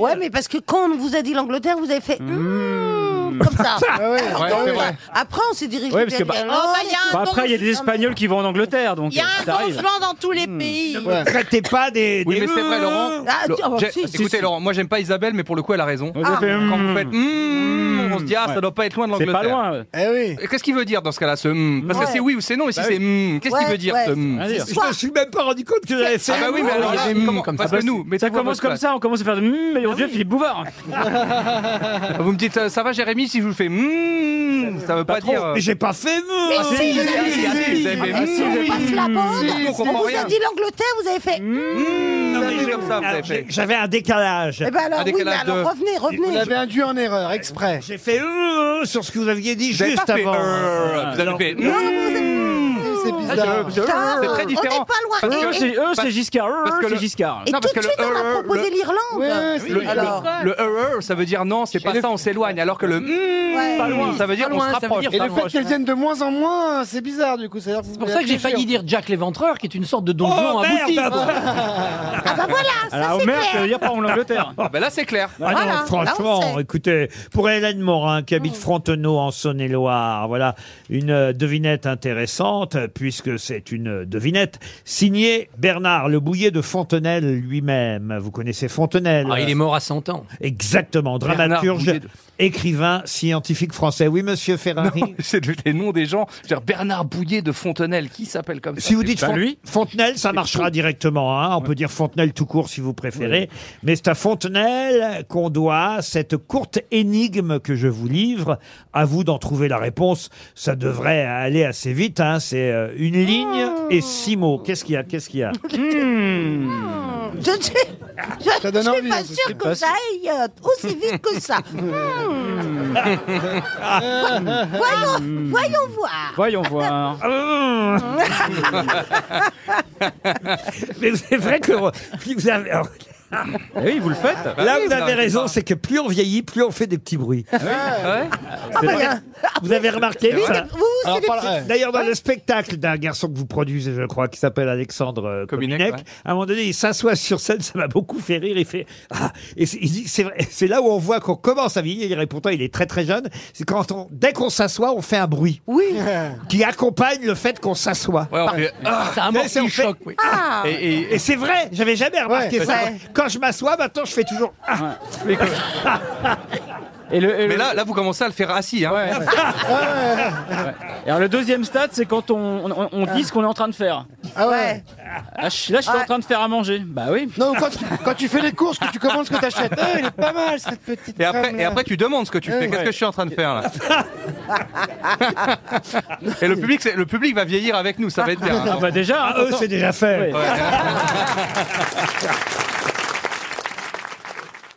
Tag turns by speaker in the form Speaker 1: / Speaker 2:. Speaker 1: Ouais, mais parce que quand on vous a dit l'Angleterre, vous avez fait hmm, comme ça.
Speaker 2: Ah bah
Speaker 3: Ouais, c'est vrai.
Speaker 1: Après, on s'est dirigé
Speaker 4: Ouais, parce que
Speaker 1: vers
Speaker 4: bah-
Speaker 1: l'Irlande.
Speaker 5: Oh, bah, il y a un
Speaker 4: Bah, après, il y a des
Speaker 5: danger-
Speaker 4: Espagnols qui vont en Angleterre, donc
Speaker 5: Il y a
Speaker 4: euh,
Speaker 5: un
Speaker 4: ça arrive.
Speaker 5: dangement dans tous les pays.
Speaker 6: Traitez pas des.
Speaker 3: Oui,
Speaker 6: des-
Speaker 3: mais c'est vrai, Laurent.
Speaker 1: Hmm. Ah,
Speaker 3: Lo-
Speaker 1: tu- ah, bah,
Speaker 3: j'ai-
Speaker 1: si, si,
Speaker 3: Écoutez,
Speaker 1: si.
Speaker 3: Laurent, moi j'aime pas Isabelle, mais pour le coup, elle a raison.
Speaker 4: Ouais, ça fait,
Speaker 3: Quand vous
Speaker 4: hmm,
Speaker 3: faites hmm, on se dit, ah, ça
Speaker 4: Ouais.
Speaker 3: doit pas être loin de
Speaker 4: C'est
Speaker 3: l'Angleterre.
Speaker 4: pas loin. ouais.
Speaker 6: Eh oui.
Speaker 3: Et Qu'est-ce qu'il veut dire dans ce cas-là, ce hmm Parce que
Speaker 1: Ouais.
Speaker 3: c'est oui ou c'est non, mais si
Speaker 4: Bah
Speaker 3: c'est hmm, qu'est-ce qu'il
Speaker 1: Ouais,
Speaker 3: veut dire,
Speaker 1: ouais.
Speaker 3: ce hmm
Speaker 4: Vas-y.
Speaker 6: Je me suis même pas rendu compte que j'avais fait.
Speaker 3: Ah, bah oui, mais alors,
Speaker 6: Voilà.
Speaker 3: il y a des hmm comme ça.
Speaker 4: Ah bah,
Speaker 3: Parce que nous, mais
Speaker 4: ça commence comme ça, on commence à faire de hmm, et on devient Philippe Bouvard.
Speaker 3: Vous me dites, euh, ça va, Jérémy, si je vous fais hmm, ça veut pas, dire. euh,
Speaker 6: Mais j'ai pas fait. moi.
Speaker 1: Mais
Speaker 3: Ah, si,
Speaker 1: si,
Speaker 3: si,
Speaker 1: si,
Speaker 3: si,
Speaker 1: si,
Speaker 3: si,
Speaker 1: si.
Speaker 3: vous avez-
Speaker 1: Ah, si,
Speaker 3: hmm,
Speaker 1: on passe la bande.
Speaker 3: si, on
Speaker 1: On
Speaker 3: comprend
Speaker 1: vous a
Speaker 3: rien. Hmm.
Speaker 1: dit l'Angleterre, vous avez fait. Eh
Speaker 3: Non, mais
Speaker 6: mais-
Speaker 3: comme ça, vous avez
Speaker 6: Alors,
Speaker 3: fait. Eh
Speaker 6: j'ai- J'avais un décalage.
Speaker 1: ben alors,
Speaker 3: Un
Speaker 1: oui, mais
Speaker 3: décalage de-
Speaker 1: alors revenez,
Speaker 2: Vous
Speaker 1: revenez.
Speaker 2: l'avez induit en erreur, exprès.
Speaker 3: Ah,
Speaker 6: J'ai fait euh, sur ce que vous aviez dit
Speaker 3: Vous avez
Speaker 6: juste
Speaker 3: pas fait,
Speaker 6: avant.
Speaker 3: euh, vous avez fait
Speaker 1: Ah,
Speaker 3: hmm.
Speaker 2: C'est bizarre.
Speaker 3: C'est très
Speaker 1: On
Speaker 3: différent.
Speaker 1: n'est pas loin.
Speaker 3: Parce
Speaker 4: Parce
Speaker 1: Et-
Speaker 4: que
Speaker 1: et-
Speaker 4: chez eux,
Speaker 3: parce-
Speaker 4: c'est Giscard. eux,
Speaker 3: parce que
Speaker 4: c'est
Speaker 3: le-
Speaker 4: Giscard.
Speaker 1: Et
Speaker 3: Non,
Speaker 1: tout
Speaker 3: parce
Speaker 1: de
Speaker 3: que
Speaker 1: suite,
Speaker 3: le-
Speaker 1: on a
Speaker 3: euh,
Speaker 1: proposé
Speaker 3: le-
Speaker 1: l'Irlande.
Speaker 2: Ouais, c'est
Speaker 3: Le-
Speaker 2: alors.
Speaker 3: Le erreur, ça veut dire non, c'est pas
Speaker 2: le-
Speaker 3: ça, on s'éloigne. Alors que le hmm,
Speaker 1: Ouais.
Speaker 4: Pas loin.
Speaker 3: ça veut dire
Speaker 7: Pas
Speaker 3: on
Speaker 7: loin,
Speaker 3: se
Speaker 7: ça veut
Speaker 3: rapproche.
Speaker 7: dire
Speaker 2: Et
Speaker 7: pas
Speaker 2: le fait qu'elle vienne de moins en moins, c'est bizarre du coup. C'est
Speaker 7: C'est pour ça que j'ai failli dire Jack l'Éventreur, qui est une sorte de donjon
Speaker 6: Oh,
Speaker 7: abouti.
Speaker 6: merde,
Speaker 7: quoi.
Speaker 1: Ah bah voilà, ça
Speaker 4: Alors,
Speaker 1: c'est
Speaker 4: oh, merde, ça
Speaker 1: clair.
Speaker 4: veut dire pas en Angleterre.
Speaker 3: Ah ben là, c'est clair.
Speaker 6: Ah
Speaker 1: Voilà, là,
Speaker 6: non,
Speaker 1: on
Speaker 6: franchement,
Speaker 1: sait.
Speaker 6: écoutez, pour Hélène Morin, qui
Speaker 7: Mm.
Speaker 6: habite Frontenot en Saône-et-Loire, voilà une euh, devinette intéressante, euh, puisque c'est une euh, devinette signée Bernard Le Bouillet de Fontenelle lui-même. Vous connaissez Fontenelle
Speaker 7: Ah, il est mort à 100 ans.
Speaker 6: Exactement,
Speaker 3: Bernard
Speaker 6: dramaturge,
Speaker 3: Bouillet de-
Speaker 6: écrivain, scientifique français. Oui, monsieur Ferrari
Speaker 3: C'est le- les noms des gens. Je veux dire, Bernard Bouillet de Fontenelle, qui s'appelle comme ça
Speaker 6: Si vous dites
Speaker 4: pas
Speaker 6: Fon-
Speaker 4: lui.
Speaker 6: Fontenelle, ça marchera directement. hein. On peut dire Fontenelle tout court si vous préférez. Mais c'est à Fontenelle qu'on doit cette courte énigme que je vous livre. À vous d'en trouver la réponse. Ça devrait aller assez vite. hein. C'est euh, une ligne et six mots. Qu'est-ce qu'il y a Qu'est-ce qu'il y a
Speaker 1: Je ne suis, je
Speaker 2: Ça donne
Speaker 1: ne suis
Speaker 2: envie,
Speaker 1: pas
Speaker 2: hein, ça
Speaker 1: sûr que ça aille euh, aussi vite que ça. Hmm. voyons, voyons voir.
Speaker 4: Voyons voir.
Speaker 6: Mais c'est vrai que euh, vous avez. alors,
Speaker 4: Eh oui, vous le faites.
Speaker 3: Bah
Speaker 6: là,
Speaker 3: oui,
Speaker 6: vous avez
Speaker 3: n'arrêtez
Speaker 6: raison,
Speaker 3: pas.
Speaker 6: c'est que plus on vieillit, plus on fait des petits bruits. Ah,
Speaker 3: Ouais.
Speaker 6: Vous avez remarqué
Speaker 1: Vous,
Speaker 6: ça
Speaker 1: vous, c'est
Speaker 2: Alors,
Speaker 1: des
Speaker 2: pas-
Speaker 1: petits-
Speaker 2: ah. ouais.
Speaker 6: D'ailleurs, dans le spectacle d'un garçon que vous produisez, je crois, qui s'appelle Alexandre euh, Kominek,
Speaker 3: Kominek, ouais.
Speaker 6: à un moment donné, il s'assoit sur scène, ça m'a beaucoup fait rire. Il fait Ah Et c'est- il dit, c'est vrai, c'est là où on voit qu'on commence à vieillir, et pourtant il est très très jeune. C'est quand on, dès qu'on s'assoit, on fait un bruit
Speaker 1: Oui.
Speaker 6: qui accompagne le fait qu'on s'assoit.
Speaker 3: Ouais, on fait-
Speaker 7: C'est un morceau
Speaker 6: c'est en
Speaker 7: qui
Speaker 6: fait-
Speaker 7: choque. oui.
Speaker 1: Ah.
Speaker 3: Et, et-
Speaker 6: Et c'est vrai, j'avais jamais remarqué
Speaker 2: Ouais.
Speaker 6: ça.
Speaker 1: Ouais.
Speaker 6: Quand je m'assois, maintenant je fais toujours Ah
Speaker 4: Et le, et le-
Speaker 3: mais là, là, vous commencez à le faire assis. Hein.
Speaker 4: alors, le deuxième stade, c'est quand on, on- on dit ce qu'on est en train de faire.
Speaker 2: Ah ouais.
Speaker 1: Ouais.
Speaker 4: Ah, je- Là, je suis en train de faire à manger. Bah oui.
Speaker 2: Non, quand tu, quand tu fais les courses, que tu commandes ce que t'achètes. Eh, il est pas mal cette petite.
Speaker 3: Et après,
Speaker 2: femme,
Speaker 3: et
Speaker 2: là.
Speaker 3: après, tu demandes ce que tu fais.
Speaker 2: Ouais.
Speaker 3: Qu'est-ce que je suis en train de faire là Et le public, c'est- le public va Ah. Bah,
Speaker 4: bah,
Speaker 6: euh,
Speaker 3: vieillir avec nous, ça va être bien. hein.
Speaker 4: Ah bah déjà,
Speaker 6: eux, c'est déjà fait.
Speaker 4: Ouais.